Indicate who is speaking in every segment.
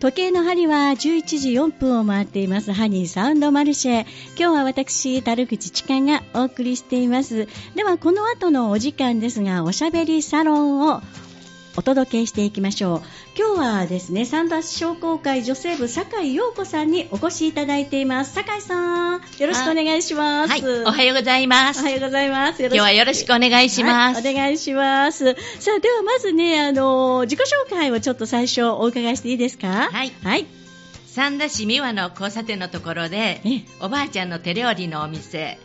Speaker 1: 時計の針は11時4分を回っていますハニーサウンドマルシェ今日は私樽口知香がお送りしていますではこの後のお時間ですがおしゃべりサロンをお届けしていきましょう今日はですね三田市商工会女性部酒井陽子さんにお越しいただいています酒井さんよろしくお願いします
Speaker 2: はい、おはようございます。
Speaker 1: おはようございます
Speaker 2: 今日はよろしくお願いします。
Speaker 1: はいお願いします。さあ、ではまずね、あの、自己紹介をちょっと最初お伺いしていいですか
Speaker 2: はい
Speaker 1: はい。
Speaker 2: 三田市三和の交差点のところで
Speaker 1: え、
Speaker 2: おばあちゃんの手料理のお店、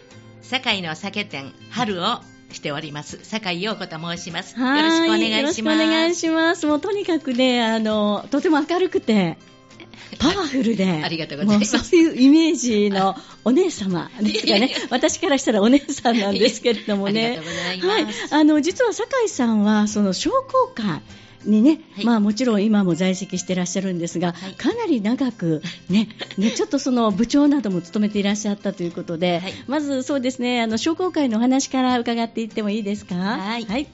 Speaker 2: 堺の酒店、春をしております。堺陽子と申します。よ
Speaker 1: は
Speaker 2: ろしくお願
Speaker 1: よろ
Speaker 2: い
Speaker 1: し
Speaker 2: し
Speaker 1: くお
Speaker 2: ます。
Speaker 1: 願いします。もうとにかくね、あの、とても明るくて、パワフルで。
Speaker 2: ありがとうございます
Speaker 1: もうそういうイメージのお姉様ですかね。 私からしたらお姉さんなんですけれどもね。
Speaker 2: ありがとうございます。
Speaker 1: はい、あの実は酒井さんはその商工会にね、
Speaker 2: はい
Speaker 1: まあもちろん今も在籍してらっしゃるんですが、
Speaker 2: はい
Speaker 1: かなり長くね、 ねちょっとその部長なども務めていらっしゃったということで、
Speaker 2: はい
Speaker 1: まずそうですね、あの商工会のお話から伺っていってもいいですか。
Speaker 2: はい、はい、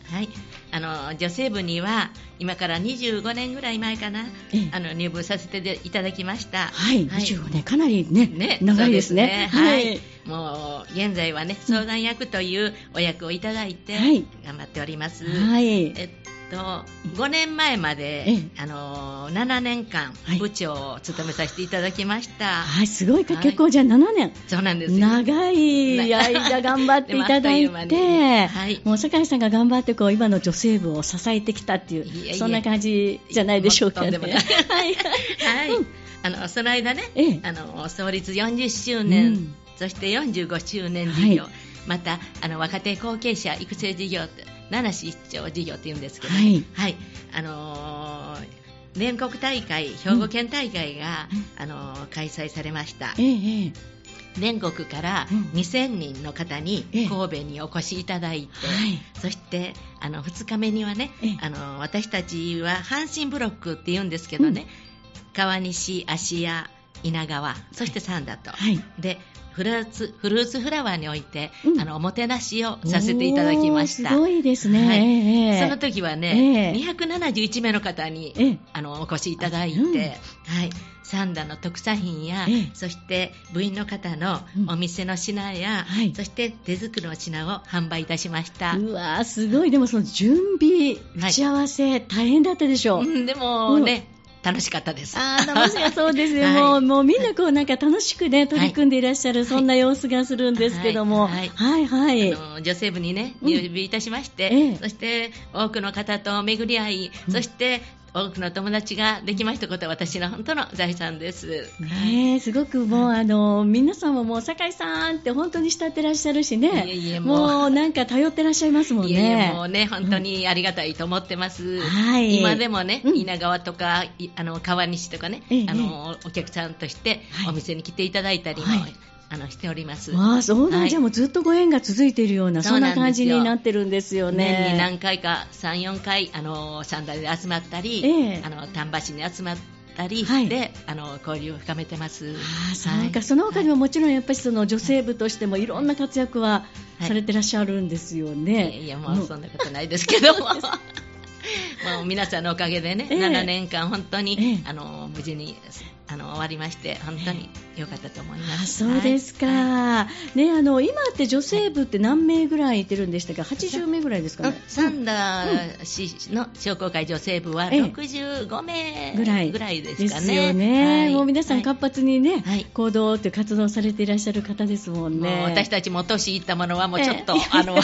Speaker 2: あの女性部には今から25年ぐらい前かな、
Speaker 1: ええ
Speaker 2: あの入部させていただきました。
Speaker 1: はい、25年かなりね、 長いですね。
Speaker 2: そうですねはい。もう現在はね相談役というお役をいただいて
Speaker 1: はい
Speaker 2: 頑張っております。
Speaker 1: はい、
Speaker 2: えっと5年前まで
Speaker 1: ええ
Speaker 2: あの7年間
Speaker 1: はい
Speaker 2: 部長を務めさせていただきました。
Speaker 1: はい、すごいか結構じゃあ7年。
Speaker 2: そうなんですよ。
Speaker 1: 長い間頑張っていただい
Speaker 2: でもあっという間
Speaker 1: て、
Speaker 2: にはい
Speaker 1: もう酒井さんが頑張ってこう今の女性部を支えてきたっていう
Speaker 2: いえいえ
Speaker 1: そんな感じじゃないでしょうかね。
Speaker 2: もっとんでもない
Speaker 1: はい
Speaker 2: はい。
Speaker 1: うん
Speaker 2: あのその間ね、
Speaker 1: ええ
Speaker 2: あの創立40周
Speaker 1: う
Speaker 2: 年、
Speaker 1: ん
Speaker 2: そして45周年事業、
Speaker 1: はい
Speaker 2: またあの若手後継者育成事業七市一丁事業って言うんですけど、
Speaker 1: はい
Speaker 2: あのー全国大会兵庫県大会が、あのー開催されました
Speaker 1: ええええ
Speaker 2: 全国から
Speaker 1: うん
Speaker 2: 2000人の方に
Speaker 1: ええ
Speaker 2: 神戸にお越しいただいて、
Speaker 1: はい
Speaker 2: そしてあの2日目にはね、
Speaker 1: ええ
Speaker 2: あの私たちは阪神ブロックって言うんですけどね、川西芦屋稲川そして三田と、
Speaker 1: はい
Speaker 2: でフルーツフルーツフラワーにおいて、
Speaker 1: うん
Speaker 2: あのおもてなしをさせていただきました
Speaker 1: おーすごいですね。
Speaker 2: はい
Speaker 1: ええええ
Speaker 2: その時はね、
Speaker 1: ええ
Speaker 2: 271名の方に、
Speaker 1: ええ
Speaker 2: あのお越しいただいて、
Speaker 1: うん
Speaker 2: はい、サンダの特産品や、
Speaker 1: ええ
Speaker 2: そして部員の方の
Speaker 1: うん
Speaker 2: お店の品や、
Speaker 1: はい
Speaker 2: そして手作りの品を販売いたしました。
Speaker 1: うわーすごいでもその準備
Speaker 2: はい
Speaker 1: 打ち合わせ、大変だったでしょう。
Speaker 2: うんでもね、楽しかったです。
Speaker 1: あー楽しいそうですよ、
Speaker 2: はい
Speaker 1: もうもうみんなこうなんか楽しくね取り組んでいらっしゃる、そんな様子がするんですけども、は
Speaker 2: はいい
Speaker 1: はい、はい
Speaker 2: あの女性部にね
Speaker 1: うん
Speaker 2: 入部いたしまして、
Speaker 1: ええ
Speaker 2: そして多くの方と巡り合い、
Speaker 1: うん
Speaker 2: そして多くの友達ができましたことは私の本当の財産です。
Speaker 1: ねえすごくもう、あの皆さんももう酒井さんって本当に慕ってらっしゃるしね
Speaker 2: いえいえもう
Speaker 1: もうなんか頼ってらっしゃいますもんね
Speaker 2: いやいやもうね本当にありがたいと思ってます、
Speaker 1: はい
Speaker 2: 今でもね、
Speaker 1: うん
Speaker 2: 稲川とかいあの川西とかね、
Speaker 1: ええ
Speaker 2: あのお客さんとして
Speaker 1: はい
Speaker 2: お店に来ていただいたりも、
Speaker 1: はい
Speaker 2: あのしております、
Speaker 1: わあそうなん、
Speaker 2: はい
Speaker 1: じゃあもうずっとご縁が続いているようなそ
Speaker 2: そ
Speaker 1: ん
Speaker 2: う
Speaker 1: なん
Speaker 2: なですよ
Speaker 1: 感じになってるんですよ
Speaker 2: 年に
Speaker 1: ね
Speaker 2: 何回か34回あの三大で集まったり、
Speaker 1: ええ
Speaker 2: あの丹波市に集まったり
Speaker 1: はい
Speaker 2: で、あの交流を深めてます
Speaker 1: ああそうか、
Speaker 2: はい
Speaker 1: その他にももちろんやっぱりその女性部としてもいろんな活躍は
Speaker 2: はい
Speaker 1: されてらっしゃるんですよね、
Speaker 2: いやいやもうそんなことないですけど も。もう皆さんのおかげでね、
Speaker 1: ええ
Speaker 2: 7年間本当に、
Speaker 1: ええ
Speaker 2: あの無事にあの終わりまして本当に良かったと思いま
Speaker 1: あ
Speaker 2: す。
Speaker 1: そうですか、
Speaker 2: はい
Speaker 1: ね、あの今って女性部って何名ぐらいいてるんでしたか80名ぐらいですかね
Speaker 2: サンダー市の商工会女性部は
Speaker 1: ええ
Speaker 2: 65名
Speaker 1: ぐ
Speaker 2: ぐ
Speaker 1: ら
Speaker 2: ら
Speaker 1: い
Speaker 2: い
Speaker 1: で
Speaker 2: ですかね。
Speaker 1: すよね、
Speaker 2: はい
Speaker 1: もう皆さん
Speaker 2: はい
Speaker 1: 活発にね、
Speaker 2: はい
Speaker 1: 行動っていう活動されていらっしゃる方ですもんね。
Speaker 2: もう私たちも年いったものはもうちょっと、
Speaker 1: ええ
Speaker 2: あの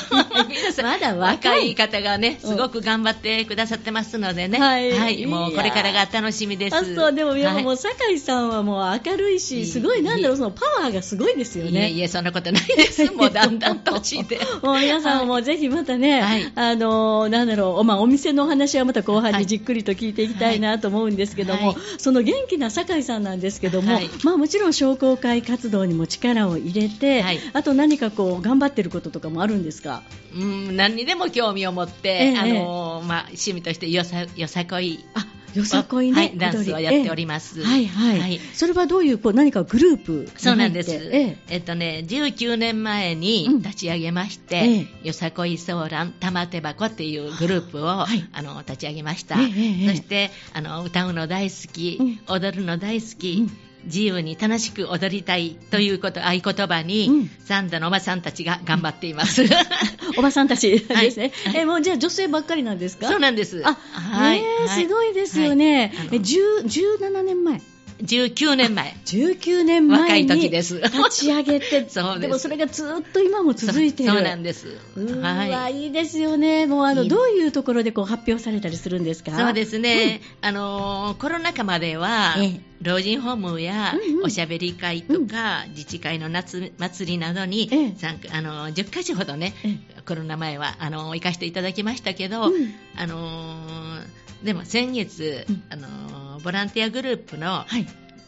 Speaker 2: 皆さん
Speaker 1: まだ若
Speaker 2: 若
Speaker 1: い
Speaker 2: い方がねすごく頑張ってくださってますのでね、
Speaker 1: はい
Speaker 2: もうこれからが楽しみです。
Speaker 1: あそうでも、いや
Speaker 2: はい
Speaker 1: もう酒井さんはもう明るい
Speaker 2: い
Speaker 1: し、
Speaker 2: い
Speaker 1: すごい、なんだろう、そのパワーがすごいですよ
Speaker 2: いえ
Speaker 1: ね。
Speaker 2: いえ、そんなことな いです。もうだんだん年で。
Speaker 1: もう皆さんもぜひまたね、
Speaker 2: はい
Speaker 1: あのなんだろう、まあ、お店のお話はまた後半
Speaker 2: は
Speaker 1: に
Speaker 2: い
Speaker 1: じっくりと聞いていきたいなと思うんですけども、
Speaker 2: はい
Speaker 1: その元気な酒井さんなんですけども、
Speaker 2: はい
Speaker 1: まあ、もちろん商工会活動にも力を入れて、
Speaker 2: はい
Speaker 1: あと何かこう頑張ってることとかもあるんですか
Speaker 2: うん、何にでも興味を持って、
Speaker 1: ええ
Speaker 2: あのーまあ、趣味としてよさよさこい
Speaker 1: あよさこいね
Speaker 2: はい、ダンスをやっております。
Speaker 1: はいはい、
Speaker 2: はい
Speaker 1: それはどういうこう何かグループに入って
Speaker 2: そうなんです。
Speaker 1: え
Speaker 2: え
Speaker 1: え
Speaker 2: っとね、19年前に
Speaker 1: うん
Speaker 2: 立ち上げまして、
Speaker 1: え
Speaker 2: よさこいソーラン玉手箱っていうグループを、
Speaker 1: はい
Speaker 2: あの立ち上げました。
Speaker 1: ええええ
Speaker 2: そしてあの歌うの大好き、
Speaker 1: う
Speaker 2: 踊るの大好き。
Speaker 1: うん
Speaker 2: 自由に楽しく踊りたいということ、合言葉に、
Speaker 1: うん
Speaker 2: サンダのおばさんたちが頑張っています。
Speaker 1: おばさんたち
Speaker 2: はい
Speaker 1: ですね、えもうじゃあ女性ばっかりなんですか
Speaker 2: そうなんです。
Speaker 1: あ、
Speaker 2: はい。
Speaker 1: ねえ
Speaker 2: はい
Speaker 1: すごいですよね、
Speaker 2: はいあ
Speaker 1: え
Speaker 2: の
Speaker 1: 10 17年前
Speaker 2: 19年前。
Speaker 1: 19年前に
Speaker 2: 若い時です
Speaker 1: 立ち上げて
Speaker 2: そうです
Speaker 1: もそれがずっと今も続いている
Speaker 2: そうそうなんです。
Speaker 1: うー
Speaker 2: はい。
Speaker 1: わいいですよね、もうあの
Speaker 2: いい
Speaker 1: どういうところでこう発表されたりするんですか
Speaker 2: そうですね、あのーコロナ禍までは、
Speaker 1: ええ
Speaker 2: 老人ホームや
Speaker 1: うんうん
Speaker 2: おしゃべり会とか、自治会の夏祭りなどに、
Speaker 1: ええ
Speaker 2: 参加あのー10か所ほどね、
Speaker 1: え
Speaker 2: コロナ前はあのー行かせていただきましたけど、
Speaker 1: うん
Speaker 2: あのーでも先月、
Speaker 1: うん
Speaker 2: あのーボランティアグループの
Speaker 1: は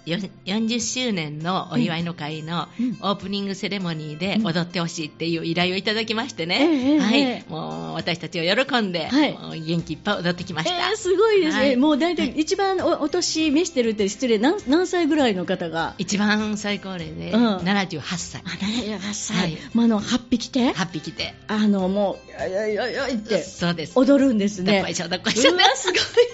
Speaker 1: い、
Speaker 2: よ40周年のお祝いの会の
Speaker 1: うん
Speaker 2: オープニングセレモニーで
Speaker 1: うん
Speaker 2: 踊ってほしいっていう依頼をいただきまし
Speaker 1: え
Speaker 2: て
Speaker 1: ええ
Speaker 2: ね、
Speaker 1: え
Speaker 2: はい
Speaker 1: え
Speaker 2: もう私たちを喜んで、
Speaker 1: はい
Speaker 2: もう元気いっぱい踊ってきました。
Speaker 1: えーすごいですね、
Speaker 2: はい
Speaker 1: もう大体一番おお年召してるって失礼何、何歳ぐらいの方が、
Speaker 2: 一番最高齢で、
Speaker 1: うん
Speaker 2: 78歳
Speaker 1: あ78歳、
Speaker 2: はい
Speaker 1: もうあの8匹て、
Speaker 2: 8匹で
Speaker 1: あのもう、よいよいよいよいって
Speaker 2: そうです
Speaker 1: 踊るんです
Speaker 2: どっ
Speaker 1: ね
Speaker 2: こ。いしょどっこいしょ
Speaker 1: うわす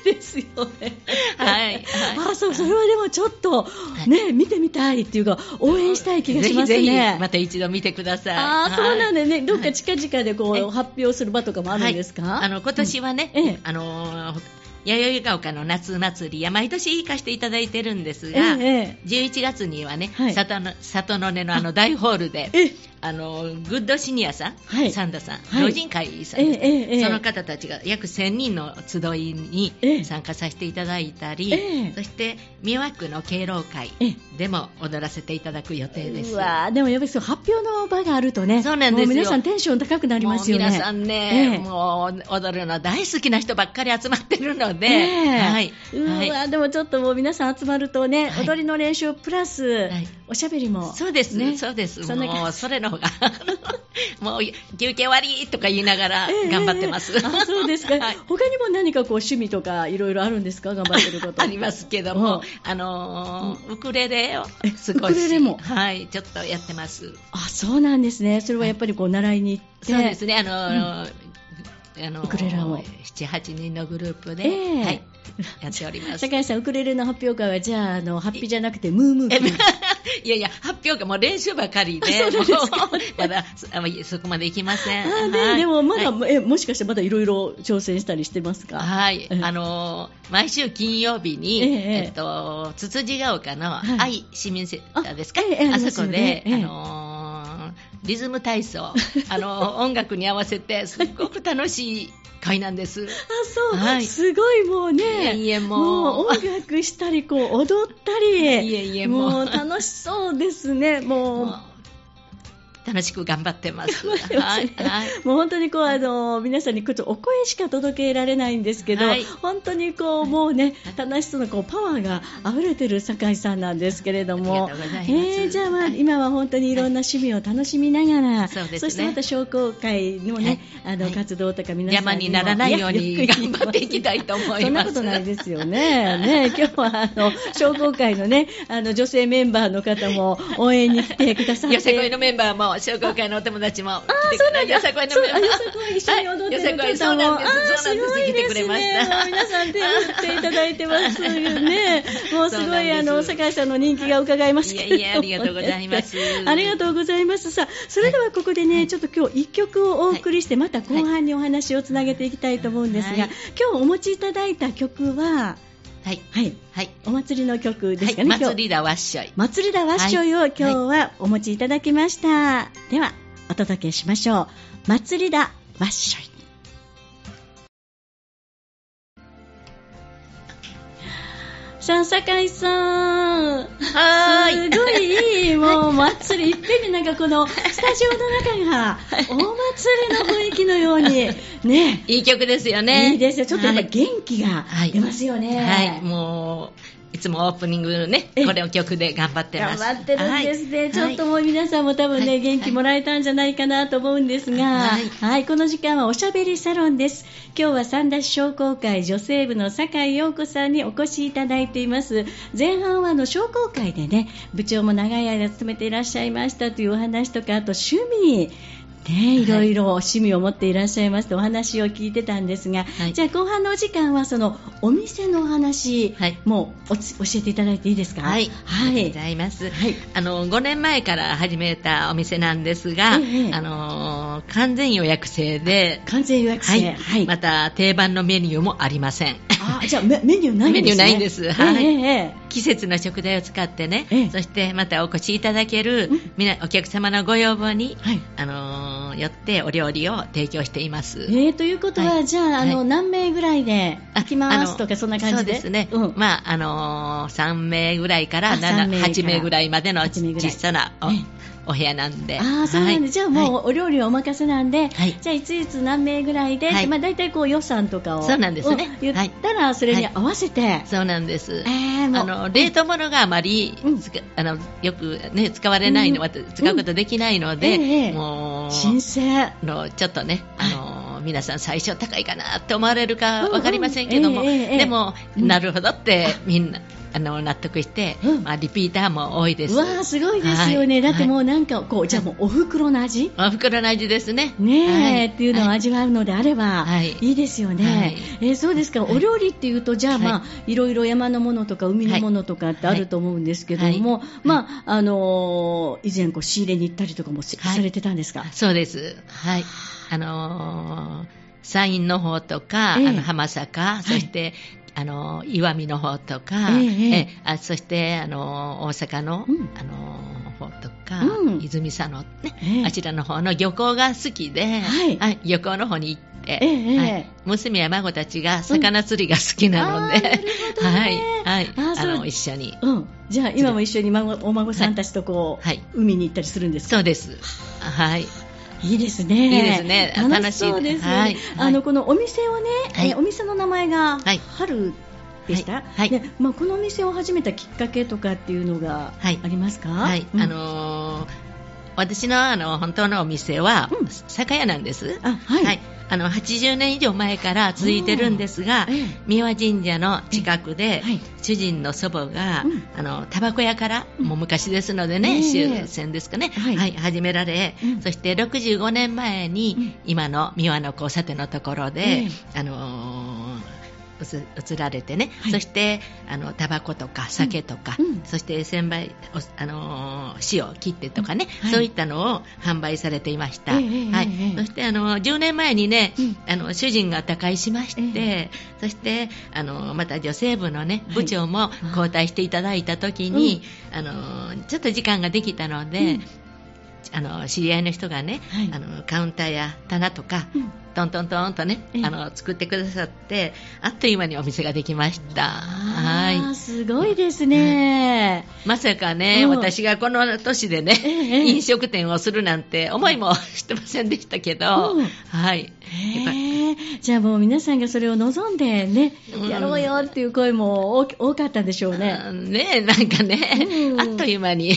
Speaker 1: ごいですよね。
Speaker 2: はいはい
Speaker 1: あそうそれはでもちょっと、ね、見てみたいっていうか応援したい気がしますね。
Speaker 2: ぜひぜひまた一度見てください
Speaker 1: ああ、そうなん
Speaker 2: で
Speaker 1: だね。どっか近々でこう、
Speaker 2: はい
Speaker 1: 発表する場とかもあるんですか、
Speaker 2: あの今年はね、
Speaker 1: うんええ
Speaker 2: あのー弥生ヶ丘の夏祭りや毎年行かせていただいてるんです
Speaker 1: え
Speaker 2: が、
Speaker 1: え
Speaker 2: 11月にはね、
Speaker 1: はい
Speaker 2: 里の里の根のあの大ホールで
Speaker 1: えええ
Speaker 2: あのグッドシニアさん、
Speaker 1: はい
Speaker 2: サンダさん、
Speaker 1: はい
Speaker 2: 老人会さんで
Speaker 1: え
Speaker 2: す、
Speaker 1: えええ
Speaker 2: その方たちが約1000人の集い
Speaker 1: え
Speaker 2: に
Speaker 1: え
Speaker 2: 参加させていただいたり、
Speaker 1: ええ
Speaker 2: そして三輪区の敬老会
Speaker 1: ええ
Speaker 2: でも踊らせていただく予定です。
Speaker 1: うわーでもやっぱりそう発表の場があるとね、
Speaker 2: そうなんですよ
Speaker 1: も皆さんテンション高くなりますよね。
Speaker 2: もう皆さんね、
Speaker 1: ええ
Speaker 2: もう踊るの大好きな人ばっかり集まってるので、
Speaker 1: ええ
Speaker 2: はいう
Speaker 1: わー
Speaker 2: はい
Speaker 1: でもちょっともう皆さん集まるとね、
Speaker 2: はい
Speaker 1: 踊りの練習プラス、
Speaker 2: い
Speaker 1: おしゃべりも。
Speaker 2: そうです、
Speaker 1: ね
Speaker 2: そうです、
Speaker 1: そんな感じ
Speaker 2: もうそれの方が、 もう休憩終わりとか言いながら
Speaker 1: ええ
Speaker 2: 頑張ってます。
Speaker 1: ええええあそうですか、
Speaker 2: はい
Speaker 1: 他にも何かこう趣味とかいろいろあるんですか頑張ってること
Speaker 2: ありますけども、あのーウクレレを少し
Speaker 1: ウクレレも
Speaker 2: はい、ちょっとやってます。
Speaker 1: あそうなんですねそれはやっぱりこう習いに行って、
Speaker 2: そうですね、あのーあのー
Speaker 1: ウクレレを
Speaker 2: 7、8人のグループ
Speaker 1: え
Speaker 2: で、
Speaker 1: え
Speaker 2: はい、やっております。
Speaker 1: 坂井さんウクレレの発表会はじゃああのハッピーじゃなくてムームー
Speaker 2: え
Speaker 1: 君
Speaker 2: いやいや、発表会もう練習ばかりで、
Speaker 1: あそうなんですか
Speaker 2: もうまだそあそこまでいきません。
Speaker 1: あー
Speaker 2: は
Speaker 1: ね、
Speaker 2: い
Speaker 1: でもまだ、
Speaker 2: はい
Speaker 1: えもしかしてまだいろいろ挑戦したりしてますか
Speaker 2: はい
Speaker 1: ええ、
Speaker 2: あのー毎週金曜日に、
Speaker 1: え
Speaker 2: え
Speaker 1: えええ
Speaker 2: っと、つつじが丘の
Speaker 1: はい
Speaker 2: 愛市民センターですか、
Speaker 1: あええええあ
Speaker 2: あそこで、
Speaker 1: りますよねええ
Speaker 2: あのーリズム体操、 あのー音楽に合わせて、すっごく楽しい会なんで
Speaker 1: あ
Speaker 2: す。
Speaker 1: そう、
Speaker 2: はい
Speaker 1: すごいもうね
Speaker 2: いえいえもう
Speaker 1: もう音楽したりこう踊ったり
Speaker 2: いえいえもう
Speaker 1: 楽しそうです ねもう
Speaker 2: もう楽しく頑張ってます。
Speaker 1: 頑張って ますね
Speaker 2: はい、はい
Speaker 1: もう本当にこうあの皆さんにこうちょっとお声しか届けられないんですけど、
Speaker 2: はい
Speaker 1: 本当にこうもうね楽しそうなこうパワーが溢れてる酒井さんなんですけれども
Speaker 2: ありがとうございます
Speaker 1: えーじゃあ、まあ
Speaker 2: はい
Speaker 1: 今は本当にいろんな趣味を楽しみながら、
Speaker 2: そうですね
Speaker 1: してまた商工会のね、あの
Speaker 2: はい
Speaker 1: 活動とか皆さ
Speaker 2: 邪
Speaker 1: ん
Speaker 2: 魔にならないように頑張っていき
Speaker 1: い
Speaker 2: たいと思います。
Speaker 1: そんなことないですよね。ね今日はあの商工会のねあの女性メンバーの方も応援に来てくださって。
Speaker 2: よさこいのメンバーも、商工会のお友達も来てくれよさこいの
Speaker 1: そう
Speaker 2: メンバー。
Speaker 1: よさこい一緒に踊ってる
Speaker 2: はいよさ
Speaker 1: 方
Speaker 2: こいそう
Speaker 1: も、
Speaker 2: なん
Speaker 1: あ
Speaker 2: です。
Speaker 1: ー
Speaker 2: そうなんです。来てくれまし
Speaker 1: も
Speaker 2: た
Speaker 1: う。皆さん手を振っていただいてますよね。もうす
Speaker 2: そう
Speaker 1: ご
Speaker 2: なん
Speaker 1: い
Speaker 2: です
Speaker 1: あの坂井さんの人気が伺え ますけれども、ね。
Speaker 2: いやいやありがとうございます
Speaker 1: ありがとうございます。さあそれではここでね、ちょっと今日一曲をお送りして、また後半にお話をつなげていきたいと思うんですが、
Speaker 2: はい
Speaker 1: 今日お持ちいただいた曲は
Speaker 2: はい。
Speaker 1: はい
Speaker 2: はい。
Speaker 1: お祭りの曲ですか
Speaker 2: は
Speaker 1: ね。今
Speaker 2: い。
Speaker 1: 日
Speaker 2: 祭りだわっしょい。
Speaker 1: 祭りだわっしょいを今日はお持ちいただきました、ではお届けしましょう祭りだわっしょいさあ酒井さん
Speaker 2: はーい
Speaker 1: すごいいいもう祭りいっぺんになんかこのスタジオの中がお祭りの雰囲気のようにね
Speaker 2: いい曲ですよね。
Speaker 1: いいですよちょっとやっぱ
Speaker 2: はい
Speaker 1: 元気が出ますよね、
Speaker 2: はい。もう、いつもオープニングね、
Speaker 1: ええ
Speaker 2: これを曲で頑張ってま
Speaker 1: 頑
Speaker 2: す。
Speaker 1: 張ってるんですね、
Speaker 2: はい
Speaker 1: ちょっともう皆さんも多分ね、
Speaker 2: はい
Speaker 1: 元気もらえたんじゃないかなと思うんですが、は
Speaker 2: はいい
Speaker 1: この時間はおしゃべりサロンです今日は三田市商工会女性部の酒井陽子さんにお越しいただいています前半はあの商工会でね部長も長い間勤めていらっしゃいましたというお話とかあと趣味ね、いろいろ趣味を持っていらっしゃいますとお話を聞いてたんですが、
Speaker 2: はい
Speaker 1: じゃあ後半のお時間はそのお店のお話、
Speaker 2: はい
Speaker 1: もうおつ教えていただいていいですか
Speaker 2: はい、
Speaker 1: は
Speaker 2: ありがとう
Speaker 1: い
Speaker 2: ございます、
Speaker 1: はい
Speaker 2: あの5年前から始めたお店なんですが、
Speaker 1: ええ
Speaker 2: あのー完全予約制で、
Speaker 1: 完全予約制、はい
Speaker 2: また定番のメニューもありません。
Speaker 1: あじゃあメメニューないんです、ね、
Speaker 2: メニューないんです
Speaker 1: ええ
Speaker 2: はい
Speaker 1: ええ
Speaker 2: 季節の食材を使ってね、
Speaker 1: ええ
Speaker 2: そしてまたお越しいただける
Speaker 1: うん
Speaker 2: みなお客様のご要望に、
Speaker 1: はい
Speaker 2: あのーよってお料理を提供しています。
Speaker 1: ええということは、
Speaker 2: はい
Speaker 1: じゃああの、
Speaker 2: はい
Speaker 1: 何名ぐらいで
Speaker 2: あ
Speaker 1: 行きますと
Speaker 2: あの
Speaker 1: かそんな感じで
Speaker 2: そうですね、
Speaker 1: うん
Speaker 2: まああのー、3名ぐらいから
Speaker 1: あ
Speaker 2: 7
Speaker 1: 3名
Speaker 2: 8名ぐらいまでの
Speaker 1: 8名ぐらい
Speaker 2: 小さなお,、
Speaker 1: ええ
Speaker 2: お部屋なんで
Speaker 1: ああそうなんです、じゃあも
Speaker 2: う、
Speaker 1: うお料理はお任せなんで、
Speaker 2: はい
Speaker 1: じゃあいついつ何名ぐらいで、
Speaker 2: はい
Speaker 1: まあ、大体こう予算とかを
Speaker 2: そうなんですね
Speaker 1: うん言ったらそれに合わせて、
Speaker 2: はいそうなんです、
Speaker 1: ええもう
Speaker 2: あの冷凍物があまり、
Speaker 1: うん
Speaker 2: つかあのよく、ね、使われないの、
Speaker 1: うん
Speaker 2: 使うことできないので、
Speaker 1: うんええ
Speaker 2: もう
Speaker 1: 申請
Speaker 2: あのちょっとね、
Speaker 1: は
Speaker 2: あ
Speaker 1: い
Speaker 2: の皆さん最初高いかなって思われる
Speaker 1: うんう
Speaker 2: か
Speaker 1: ん
Speaker 2: 分かりませんけども、
Speaker 1: ええええええ
Speaker 2: でも、
Speaker 1: うん
Speaker 2: なるほどってみんなあの納得して、
Speaker 1: うん
Speaker 2: まあ、リピーターも多いです。
Speaker 1: うわーすごいですよね、
Speaker 2: はい
Speaker 1: だってもうなんかこう、
Speaker 2: い
Speaker 1: じゃあもうお袋の味、
Speaker 2: お袋の味ですね。
Speaker 1: ねえ、
Speaker 2: は
Speaker 1: っていうのを
Speaker 2: は
Speaker 1: 味わうのであれば、、
Speaker 2: はいい
Speaker 1: いですよね、
Speaker 2: はい
Speaker 1: えーそうですか、
Speaker 2: はい
Speaker 1: お料理っていうとじゃあ、
Speaker 2: はい
Speaker 1: まあいろいろ山のものとか海のものとかってあると思うんですけども、まああのー以前こう仕入れに行ったりとかもせ、
Speaker 2: はい
Speaker 1: されてたんですか
Speaker 2: そうです。はい。あのー山陰の方とか、
Speaker 1: ええ
Speaker 2: あの浜坂、そして、あのー岩見の方とか、
Speaker 1: ええええ
Speaker 2: あそして、あのー大阪の、
Speaker 1: うん
Speaker 2: あのー方とか、
Speaker 1: うん
Speaker 2: 泉佐野ね、
Speaker 1: ええ
Speaker 2: あちらの方の漁港が好きで、
Speaker 1: はい
Speaker 2: 漁港の方に行って、
Speaker 1: ええええ
Speaker 2: はい娘や孫たちが魚釣りが好きなので、
Speaker 1: うんあーなるほどね
Speaker 2: はい、はい、
Speaker 1: あー
Speaker 2: あ
Speaker 1: そう
Speaker 2: の一緒に、
Speaker 1: うん、じゃあ今も一緒に孫お孫さんたちとこう、
Speaker 2: はいはい
Speaker 1: 海に行ったりするんですか
Speaker 2: そうです。はい。
Speaker 1: いいですね。
Speaker 2: いいですね
Speaker 1: 楽しそう
Speaker 2: 楽しい
Speaker 1: ですね。
Speaker 2: はい
Speaker 1: あの、このお店をね、
Speaker 2: はい
Speaker 1: えーお店の名前が、
Speaker 2: はい
Speaker 1: 春でした。
Speaker 2: はいはい
Speaker 1: でまあ、このお店を始めたきっかけとかっていうのがあ
Speaker 2: はい
Speaker 1: りますか、
Speaker 2: はい、
Speaker 1: うん
Speaker 2: あ、のー私のあの本当のお店は、
Speaker 1: うん
Speaker 2: 酒屋なんです。
Speaker 1: あ、はい。
Speaker 2: あの80年以上前から続いてるんですが
Speaker 1: ええ、
Speaker 2: 三輪神社の近くで、
Speaker 1: はい
Speaker 2: 主人の祖母が、
Speaker 1: うん
Speaker 2: あのタバコ屋から、
Speaker 1: うん
Speaker 2: もう昔ですの
Speaker 1: え
Speaker 2: で
Speaker 1: え
Speaker 2: ね、終戦ですかね、
Speaker 1: はい
Speaker 2: 始められ、
Speaker 1: うん
Speaker 2: そして65年前に、
Speaker 1: うん
Speaker 2: 今の三輪の交差点のところ
Speaker 1: え
Speaker 2: で、
Speaker 1: え
Speaker 2: あのーうつ移られてね、
Speaker 1: はい
Speaker 2: そしてあのタバコとか酒とか、
Speaker 1: うんうん
Speaker 2: そして千倍、おあのー塩を切ってとかね、
Speaker 1: はい
Speaker 2: そういったのを販売されていました。
Speaker 1: ええええ
Speaker 2: はい
Speaker 1: ええ
Speaker 2: そしてあの10年前にね、
Speaker 1: うん
Speaker 2: あの主人が他界しまして、
Speaker 1: ええ
Speaker 2: そしてあのまた女性部のね
Speaker 1: はい
Speaker 2: 部長も交代していただいた時に、あのちょっと時間ができたので、
Speaker 1: うん
Speaker 2: あの知り合いの人がね、
Speaker 1: はい
Speaker 2: あのカウンターや棚とか、
Speaker 1: うん
Speaker 2: トントントンとね、
Speaker 1: ええ
Speaker 2: あの作ってくださってあっという間にお店ができました。
Speaker 1: あ
Speaker 2: は
Speaker 1: ー
Speaker 2: い
Speaker 1: すごいですね。
Speaker 2: まさかね、
Speaker 1: うん
Speaker 2: 私がこの年でね、
Speaker 1: ええええ
Speaker 2: 飲食店をするなんて思いもしてませんでしたけど、
Speaker 1: うん
Speaker 2: はい。やっぱり
Speaker 1: へえじゃあもう皆さんがそれを望んでね、
Speaker 2: うん
Speaker 1: やろうよっていう声も多き多かったんでしょうね。
Speaker 2: あーねなんかね、
Speaker 1: うん
Speaker 2: あっという間に。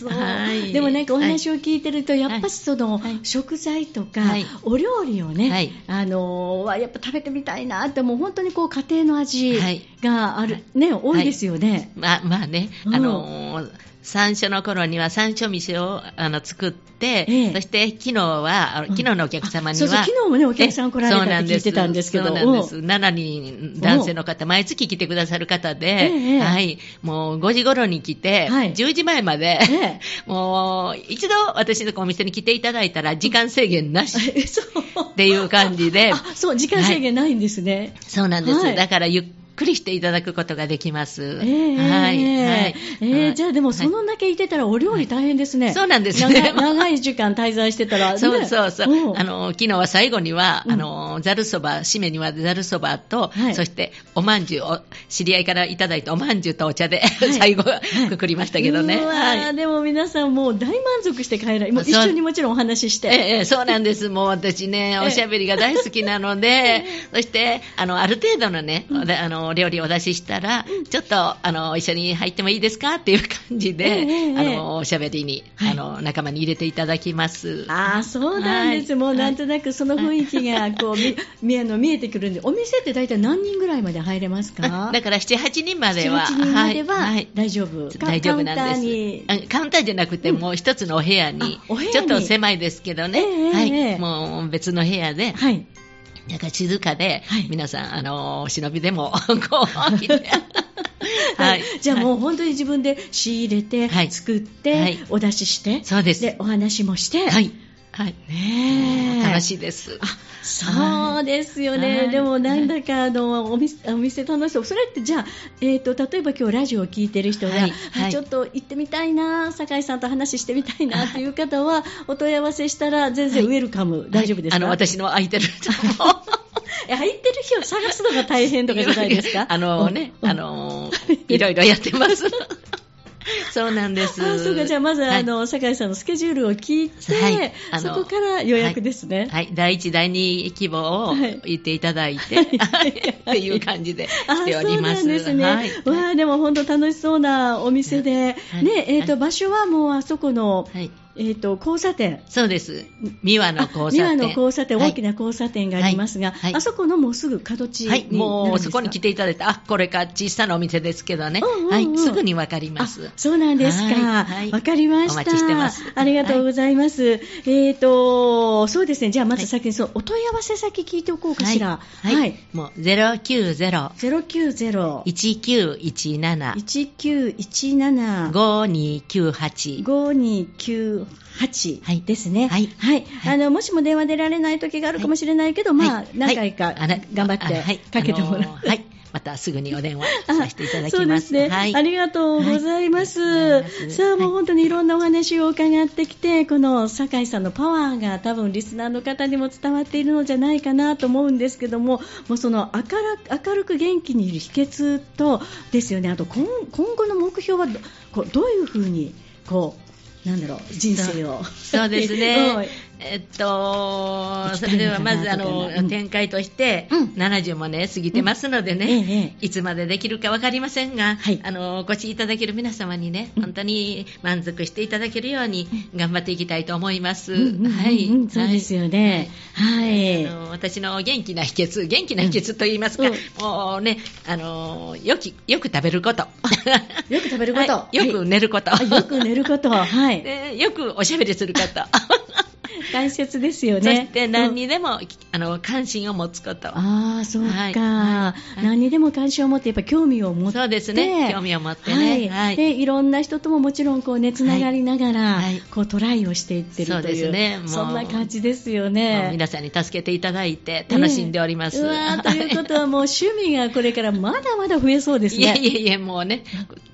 Speaker 1: そう
Speaker 2: はい
Speaker 1: でもなんかお話
Speaker 2: は
Speaker 1: を聞いてると、やっぱりその
Speaker 2: はい
Speaker 1: 食材とか
Speaker 2: はい
Speaker 1: お料理を
Speaker 2: は
Speaker 1: ね
Speaker 2: い、
Speaker 1: あのーはやっぱ食べてみたいなって、もう本当にこう家庭の味
Speaker 2: はい
Speaker 1: があるね多いですよね。
Speaker 2: いまあまあね、
Speaker 1: うん
Speaker 2: あのー山椒の頃には山椒飯をあの作って、
Speaker 1: ええ
Speaker 2: そして昨日は、あの
Speaker 1: うん
Speaker 2: 昨日のお客様に
Speaker 1: あそ
Speaker 2: は、
Speaker 1: うそう昨日もねお客さん来られたって
Speaker 2: えそうなんです
Speaker 1: 聞いてたんですけど
Speaker 2: そうなんです。7人男性の方、毎月来てくださる方で、
Speaker 1: ええ
Speaker 2: はい、もう5時頃に来て、
Speaker 1: はい
Speaker 2: 10時前まで、
Speaker 1: え
Speaker 2: もう一度私のお店に来ていただいたら時間制限なし
Speaker 1: え そう
Speaker 2: っていう感じで
Speaker 1: あ、そう時間制限ないんですね。
Speaker 2: そうなんです、
Speaker 1: はい
Speaker 2: だからゆっくりしていただくことができます。
Speaker 1: え
Speaker 2: は
Speaker 1: え
Speaker 2: い、はい
Speaker 1: ええじゃあでもそのだけいてたらお料理大変ですね。
Speaker 2: そうなんです
Speaker 1: 長
Speaker 2: ね
Speaker 1: い長い時間滞在してたらね。
Speaker 2: そうそうそう、
Speaker 1: ん
Speaker 2: あの昨日は最後には、
Speaker 1: うん
Speaker 2: あのざるそば、締めにはざるそばと、
Speaker 1: はい
Speaker 2: そしておまんじゅうを、知り合いからいただいたおまんじゅうとお茶で、
Speaker 1: い
Speaker 2: 最後、くくりましたけどね、
Speaker 1: うわ
Speaker 2: は
Speaker 1: ー
Speaker 2: い
Speaker 1: でも皆さんもう大満足して帰られもう一
Speaker 2: そう
Speaker 1: 緒にもちろんお話しして。
Speaker 2: ええええそうなんです、もう私ね、
Speaker 1: え
Speaker 2: おしゃべりが大好きなので、そしてあのある程度のね、であのの料理をお出ししたら、ちょっとあの一緒に入ってもいいですかっていう感じで、
Speaker 1: ええええ
Speaker 2: あのおしゃべりに、
Speaker 1: はい
Speaker 2: あの仲間に入れていただきます。
Speaker 1: ああそうなんです、
Speaker 2: はい
Speaker 1: もうなんとなくその雰囲気がこうみ 見あの見えてくるんでお店って大体何人ぐらいまで入れますか
Speaker 2: あだから7、8人までは、
Speaker 1: 7人まではい
Speaker 2: い
Speaker 1: 大丈夫、か
Speaker 2: 大丈夫な
Speaker 1: カウンター
Speaker 2: んです
Speaker 1: に
Speaker 2: あカウンターじゃなくてもう一つのお部屋に
Speaker 1: あお部屋に
Speaker 2: ちょっと狭いですけどね、
Speaker 1: ええ
Speaker 2: はい
Speaker 1: ええ
Speaker 2: もう別の部屋で
Speaker 1: はい
Speaker 2: なんか静かで、
Speaker 1: はい
Speaker 2: 皆さんあのお忍びでも こう 見てはい
Speaker 1: じゃあ
Speaker 2: う、
Speaker 1: もう本当に自分で仕入れて、
Speaker 2: はい
Speaker 1: 作って、
Speaker 2: はい
Speaker 1: お出しして
Speaker 2: そうです
Speaker 1: でお話もして、
Speaker 2: はい、はい、
Speaker 1: ねえ
Speaker 2: 楽しいです
Speaker 1: あそうですよね、
Speaker 2: はい
Speaker 1: でもなんだかあのお店お店楽しそう、それってじゃあ、えー、と例えば今日ラジオを聞いてる人が、
Speaker 2: はい
Speaker 1: あ
Speaker 2: はい
Speaker 1: ちょっと行ってみたいな、酒井さんと話してみたいなという方は、お問い合わせしたら、全然ウェルカム、大丈夫ですか
Speaker 2: あの私の空いてるとこ。
Speaker 1: いや入ってる日を探すのが大変とかじゃないですか
Speaker 2: あのね、
Speaker 1: うん
Speaker 2: あのいろいろやってます。そうなんです。
Speaker 1: あ そうかじゃあまず、
Speaker 2: はい
Speaker 1: あの酒井さんのスケジュールを聞いて、
Speaker 2: はいあ
Speaker 1: そ
Speaker 2: の
Speaker 1: こから予約ですね。
Speaker 2: はい、第一、第二希望を
Speaker 1: はい
Speaker 2: 言っていただいて、
Speaker 1: はい
Speaker 2: っていう感じで
Speaker 1: あ
Speaker 2: してお
Speaker 1: そう
Speaker 2: り
Speaker 1: な
Speaker 2: ます。
Speaker 1: んですね。
Speaker 2: はい。
Speaker 1: わあでも本当楽しそうなお店で、
Speaker 2: はい
Speaker 1: ねえーと
Speaker 2: は
Speaker 1: 場所はもうあそこの、
Speaker 2: はい
Speaker 1: えー、と交差点。
Speaker 2: そうです。三輪の交差
Speaker 1: 三輪
Speaker 2: 点。
Speaker 1: の交差点、
Speaker 2: はい
Speaker 1: 大きな交差点がありますが、
Speaker 2: はいはい
Speaker 1: あそこのもうすぐ角地にな
Speaker 2: は
Speaker 1: るん
Speaker 2: い、
Speaker 1: ですか、
Speaker 2: もうそこに来ていただいて、あ、これか小さなお店ですけどね。
Speaker 1: うんうんうん
Speaker 2: はい、すぐにわかりま
Speaker 1: あ
Speaker 2: す。
Speaker 1: そうなんですか。
Speaker 2: は
Speaker 1: わ、
Speaker 2: いはい
Speaker 1: かりました。
Speaker 2: お待ちしてます
Speaker 1: ありがとうございます。えっ、と、そうですね。じゃあまず先にそう、お問い合わせ先聞いておこうかしら。
Speaker 2: はい。はい。もう、090。
Speaker 1: 090。
Speaker 2: 1917-5298
Speaker 1: 1917。5298ですね、
Speaker 2: はい
Speaker 1: あのもしも電話出られない時があるかもしれないけど、ま
Speaker 2: は
Speaker 1: あ
Speaker 2: い、
Speaker 1: 何回か
Speaker 2: はいあれ
Speaker 1: 頑張っ
Speaker 2: あはい
Speaker 1: てかけてもら
Speaker 2: あ
Speaker 1: う
Speaker 2: のーはい。またすぐにお電 話させていただきます。
Speaker 1: そうですね、
Speaker 2: はい。
Speaker 1: ありがとうございます。
Speaker 2: はいありがとうございます
Speaker 1: さあ、もう
Speaker 2: はい
Speaker 1: 本当にいろんなお話を伺ってきて、この酒井さんのパワーが多分リスナーの方にも伝わっているのじゃないかなと思うんですけども、もうその明るく明るく元気にいる秘訣と、ですよね、あと今今後の目標はどこうどういうふうに、こう、なんだろう、人生を。
Speaker 2: そうです
Speaker 1: は
Speaker 2: ね
Speaker 1: い。
Speaker 2: えっと、
Speaker 1: 行き
Speaker 2: そ
Speaker 1: たいのかな
Speaker 2: れではまず、あの
Speaker 1: とかなう、ん
Speaker 2: 展開として、
Speaker 1: うん
Speaker 2: 70もね、過ぎてますので
Speaker 1: ええ
Speaker 2: ね、
Speaker 1: ええ
Speaker 2: いつまでできるか分かりませんが、
Speaker 1: はい
Speaker 2: あの、お越しいただける皆様にね、
Speaker 1: うん
Speaker 2: 本当に満足していただけるように頑張っていきたいと思います。
Speaker 1: うんうんうんうん
Speaker 2: はい。
Speaker 1: そうですよね。はい。
Speaker 2: あの私の元気な秘訣、元気な秘訣と言いますか、
Speaker 1: うん
Speaker 2: もうね、あのよきよく食べること、
Speaker 1: よく食べること。
Speaker 2: はいよく寝ること、
Speaker 1: あよく寝ること。はい。
Speaker 2: でよくおしゃべりすること、
Speaker 1: 大切ですよ
Speaker 2: そ
Speaker 1: ね。
Speaker 2: して何にでも、あの関心を持つこと、
Speaker 1: ああ、そうか、
Speaker 2: はいはいはい
Speaker 1: 何にでも関心を持って、やっぱ興味を持って。
Speaker 2: そうですね、興味を持ってね、
Speaker 1: は。
Speaker 2: はいい
Speaker 1: で、いろんな人とももちろん、こうね、つながりながら、
Speaker 2: はいはい
Speaker 1: こう、トライをしていってるという。
Speaker 2: そうですねもうん
Speaker 1: な感じですよ
Speaker 2: もう
Speaker 1: ね。
Speaker 2: 皆さんに助けていただいて、楽しんでおります。
Speaker 1: ええうわーということは、もう趣味がこれからまだまだ増えそうですね。
Speaker 2: いやいやいや、もうね、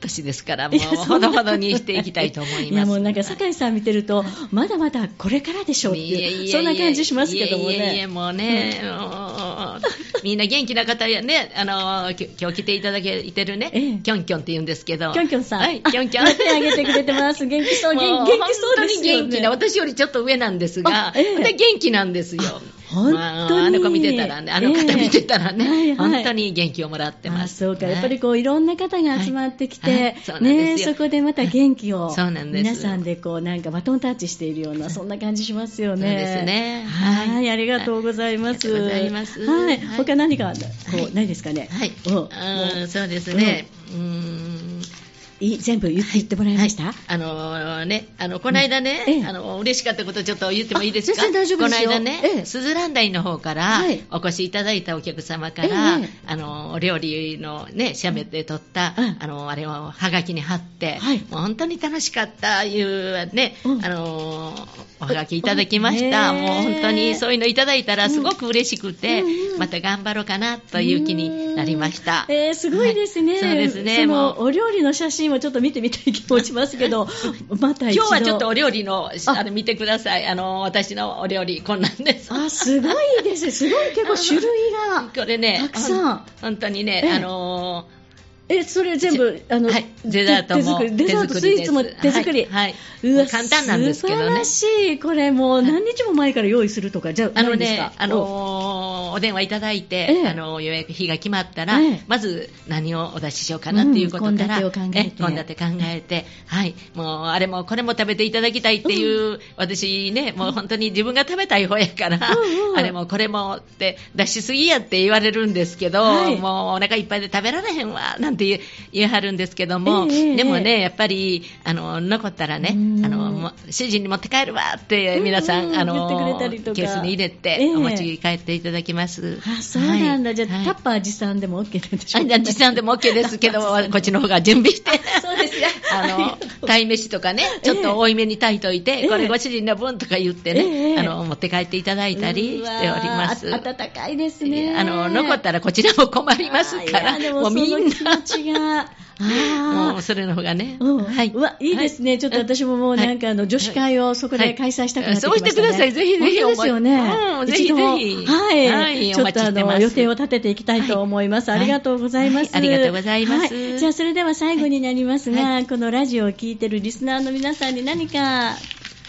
Speaker 2: 年ですから、もう
Speaker 1: いやそ
Speaker 2: ほ
Speaker 1: んな
Speaker 2: どほどにしていきたいと思います。
Speaker 1: いやもうなんか酒井さん見てると、まだまだこれからでしょうって
Speaker 2: いやいやい
Speaker 1: いう、
Speaker 2: や
Speaker 1: そんな感じしますけども
Speaker 2: いやいやい
Speaker 1: ね。
Speaker 2: やもうね、 もうみんな元気な方やね、あのきょ今日来ていただけてるね、
Speaker 1: ええ
Speaker 2: キョンキョンって言うんですけど、
Speaker 1: キョンキョンさん、
Speaker 2: はい、キョ ンキョン。
Speaker 1: あ手挙げてくれて ます。元気そう、
Speaker 2: もう
Speaker 1: 元気元気そうですよね。
Speaker 2: 本当に元気な、私よりちょっと上なんですが
Speaker 1: あ、ええ
Speaker 2: 本当に元気なんですよ。
Speaker 1: 本当に
Speaker 2: まあ、あの子見てたらね、あの方見てたらね、
Speaker 1: ええはいはい
Speaker 2: 本当に元気をもらってま
Speaker 1: あ
Speaker 2: す。
Speaker 1: そうか、
Speaker 2: はい
Speaker 1: やっぱりこういろんな方が集まってき
Speaker 2: はいは
Speaker 1: て
Speaker 2: いそうな、ん
Speaker 1: ね
Speaker 2: ですよ
Speaker 1: そこでまた元気を
Speaker 2: そうなんです
Speaker 1: 皆さんでこうなんかバトンタッチしているようなそんな感じしますよね。
Speaker 2: そうですね
Speaker 1: はい、
Speaker 2: はい
Speaker 1: ありがとうございます。
Speaker 2: ありがとうございます
Speaker 1: はい、
Speaker 2: はい
Speaker 1: 他何かこ
Speaker 2: は
Speaker 1: う
Speaker 2: い
Speaker 1: ないですかね。
Speaker 2: はい
Speaker 1: お
Speaker 2: うん
Speaker 1: もう
Speaker 2: そうですね。うーん
Speaker 1: いい全部言って言ってもらいました。
Speaker 2: あのね、あのこの間ね、
Speaker 1: ええ
Speaker 2: あの嬉しかったことちょっと言ってもいいですか？
Speaker 1: あ全然大丈夫ですよ
Speaker 2: この間ね、
Speaker 1: ええ
Speaker 2: スズランダイの方から、
Speaker 1: はい
Speaker 2: お越しいただいたお客様から、
Speaker 1: ええ
Speaker 2: あのお料理のね、しゃべって取った、
Speaker 1: うん
Speaker 2: あのあれをはがきに貼って、
Speaker 1: はい
Speaker 2: もう本当に楽しかったいうね、
Speaker 1: うん
Speaker 2: あのおはがきいただきました。
Speaker 1: うんねえ
Speaker 2: もう本当にそういうのいただいたらすごく嬉しくて、
Speaker 1: うんうん
Speaker 2: また頑張ろうかなという気になりました。
Speaker 1: えー、すごいですね、
Speaker 2: はいそうですね
Speaker 1: そ
Speaker 2: も
Speaker 1: の
Speaker 2: う
Speaker 1: お料理の写真もちょっと見てみたい気もしますけ ど、また一
Speaker 2: 今
Speaker 1: 度
Speaker 2: 日はちょっとお料理の
Speaker 1: あ
Speaker 2: あの見てくださいあの私のお料理こんなんです
Speaker 1: あすごい です、すごい結構種類が。
Speaker 2: これね
Speaker 1: たくさん
Speaker 2: ほん本当にね、
Speaker 1: ええ
Speaker 2: あの
Speaker 1: え、それ全部、あの、
Speaker 2: はい、デザート
Speaker 1: 手
Speaker 2: も
Speaker 1: 作りデザート、スイーツも手作り。
Speaker 2: はい、
Speaker 1: う
Speaker 2: は
Speaker 1: わ
Speaker 2: い、簡単なんですけどね
Speaker 1: 素晴らしい。これもう何日も前から用意するとか、じゃな
Speaker 2: あ
Speaker 1: い
Speaker 2: の
Speaker 1: んですか
Speaker 2: ね、あ
Speaker 1: お
Speaker 2: のーお電話いただいて、
Speaker 1: ええ
Speaker 2: あのー予約日が決まったら、
Speaker 1: ええ
Speaker 2: まず何をお出ししようかなっていうことから、
Speaker 1: うん献立を考えて
Speaker 2: え献立考えて、はい、もうあれもこれも食べていただきたいっていう、私ね、もう本当に自分が食べたい方やから、
Speaker 1: うんうん
Speaker 2: あれもこれもって出しすぎやって言われるんですけど、
Speaker 1: はい
Speaker 2: もうお腹いっぱいで食べられへんわなんて言う言いはるんですけども、
Speaker 1: ええええ
Speaker 2: でもね、やっぱりあの残ったらね、あ
Speaker 1: うん
Speaker 2: のもう主人に持って帰るわって皆さん、
Speaker 1: うんうん
Speaker 2: あの
Speaker 1: 言ってくれたりとか
Speaker 2: ケースに入れて、
Speaker 1: ええ
Speaker 2: お持ち帰っていただきます。
Speaker 1: あ、そうなんだ。
Speaker 2: はい
Speaker 1: じゃあ、
Speaker 2: はい
Speaker 1: タッパー持参でも OK なんでしょ
Speaker 2: あ
Speaker 1: う
Speaker 2: じゃあ実際でも OK で すけど、こっちの方が準備して。
Speaker 1: そうですよ
Speaker 2: あ
Speaker 1: あ
Speaker 2: の
Speaker 1: りがとう
Speaker 2: 鯛めしとかね、ちょっと多いめに炊いといて、
Speaker 1: ええ
Speaker 2: これご主人の分とか言ってね、
Speaker 1: ええ
Speaker 2: あの持って帰っていただいたりしております。
Speaker 1: うわーあ暖かいですね。
Speaker 2: あの残ったらこちらも困りますか
Speaker 1: あ
Speaker 2: ら
Speaker 1: ーいやで、
Speaker 2: もうみん
Speaker 1: その気持ち が。あ
Speaker 2: な、
Speaker 1: ー
Speaker 2: もうそれの方がね、
Speaker 1: うん
Speaker 2: はい、
Speaker 1: うわいいですね、ちょっと私ももうなんかあの女子会をそこで開催したくなってきました、ね
Speaker 2: そうしてくださいぜひぜひ
Speaker 1: 本当ですよね、
Speaker 2: うんぜひ
Speaker 1: 一度も
Speaker 2: ぜひ
Speaker 1: はい、
Speaker 2: はい
Speaker 1: ちょ
Speaker 2: お
Speaker 1: っ
Speaker 2: 待ち
Speaker 1: とあ
Speaker 2: してま
Speaker 1: の
Speaker 2: す
Speaker 1: 予定を立てていきたいと思います、
Speaker 2: はい
Speaker 1: ありがとうございます、
Speaker 2: はいありがとうございます
Speaker 1: はじゃあそれでは最後になりますが、
Speaker 2: は
Speaker 1: このラジオを聞いてるリスナーの皆さんに何か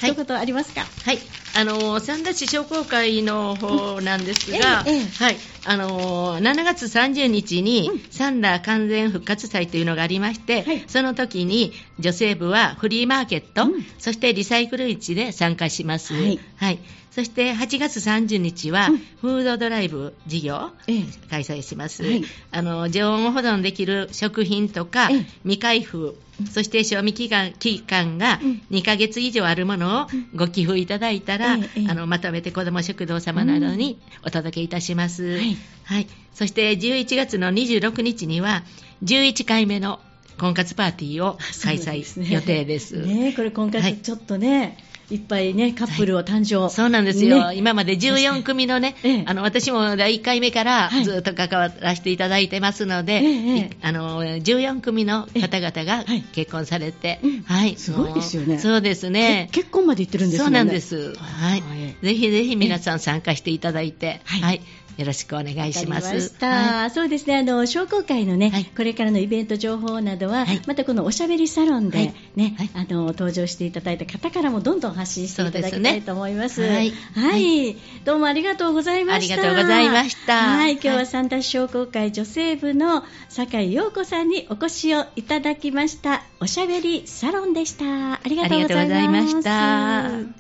Speaker 2: い
Speaker 1: 一言ありますか、
Speaker 2: はい、あの三田市商工会の方なんですが、
Speaker 1: ええええ
Speaker 2: はい、あの7月30日に三田完全復活祭というのがありまして、
Speaker 1: はい
Speaker 2: その時に女性部はフリーマーケット、
Speaker 1: うん
Speaker 2: そしてリサイクル市で参加します。
Speaker 1: はい
Speaker 2: そして8月30日は
Speaker 1: うん
Speaker 2: フードドライブ事業、
Speaker 1: ええ
Speaker 2: 開催します、
Speaker 1: はい
Speaker 2: あの常温保存できる食品とか
Speaker 1: ええ
Speaker 2: 未開封そして賞味期間期間が
Speaker 1: うん
Speaker 2: 2ヶ月以上あるものをご寄付いただいたら、
Speaker 1: ええええ
Speaker 2: あのまとめて子ども食堂様などにお届けいたします、
Speaker 1: はい
Speaker 2: はい、そして11月の26日には11回目の婚活パーティーを開催予定です。
Speaker 1: ねえこれ今
Speaker 2: はい
Speaker 1: 回ちょっとね、い、っぱいねカップルを誕生、
Speaker 2: そうなんですよ、
Speaker 1: ね
Speaker 2: 今まで14組のね、
Speaker 1: ええ
Speaker 2: あの私も第1回目から
Speaker 1: はい
Speaker 2: ずっと関わらせていただいてますので、
Speaker 1: ええええ
Speaker 2: あの14組の方々が
Speaker 1: ええはい
Speaker 2: 結婚されて、
Speaker 1: うん
Speaker 2: はい、
Speaker 1: すごいですよね
Speaker 2: もうそうですね
Speaker 1: け。結婚まで行ってるんです
Speaker 2: そ
Speaker 1: も
Speaker 2: うん
Speaker 1: ね
Speaker 2: なんです、は
Speaker 1: は
Speaker 2: い
Speaker 1: い
Speaker 2: ぜひぜひ皆さん参加していただいて、
Speaker 1: はい
Speaker 2: はいよろしくお願いします。
Speaker 1: わかりました、
Speaker 2: はい
Speaker 1: そうですねあの商工会のね、
Speaker 2: はい
Speaker 1: これからのイベント情報などは、
Speaker 2: はい
Speaker 1: またこのおしゃべりサロンで、
Speaker 2: はい
Speaker 1: ね
Speaker 2: はい
Speaker 1: あの登場していただいた方からもどんどん発信していただきたいと思います
Speaker 2: そうですね
Speaker 1: はい、
Speaker 2: は
Speaker 1: どうもありがとうございました
Speaker 2: ありがとうございました
Speaker 1: はい今日
Speaker 2: は
Speaker 1: はい三田市商工会女性部の酒井陽子さんにお越しをいただきましたおしゃべりサロンでしたありがとうございま
Speaker 2: ありがとうござい
Speaker 1: し
Speaker 2: ましたた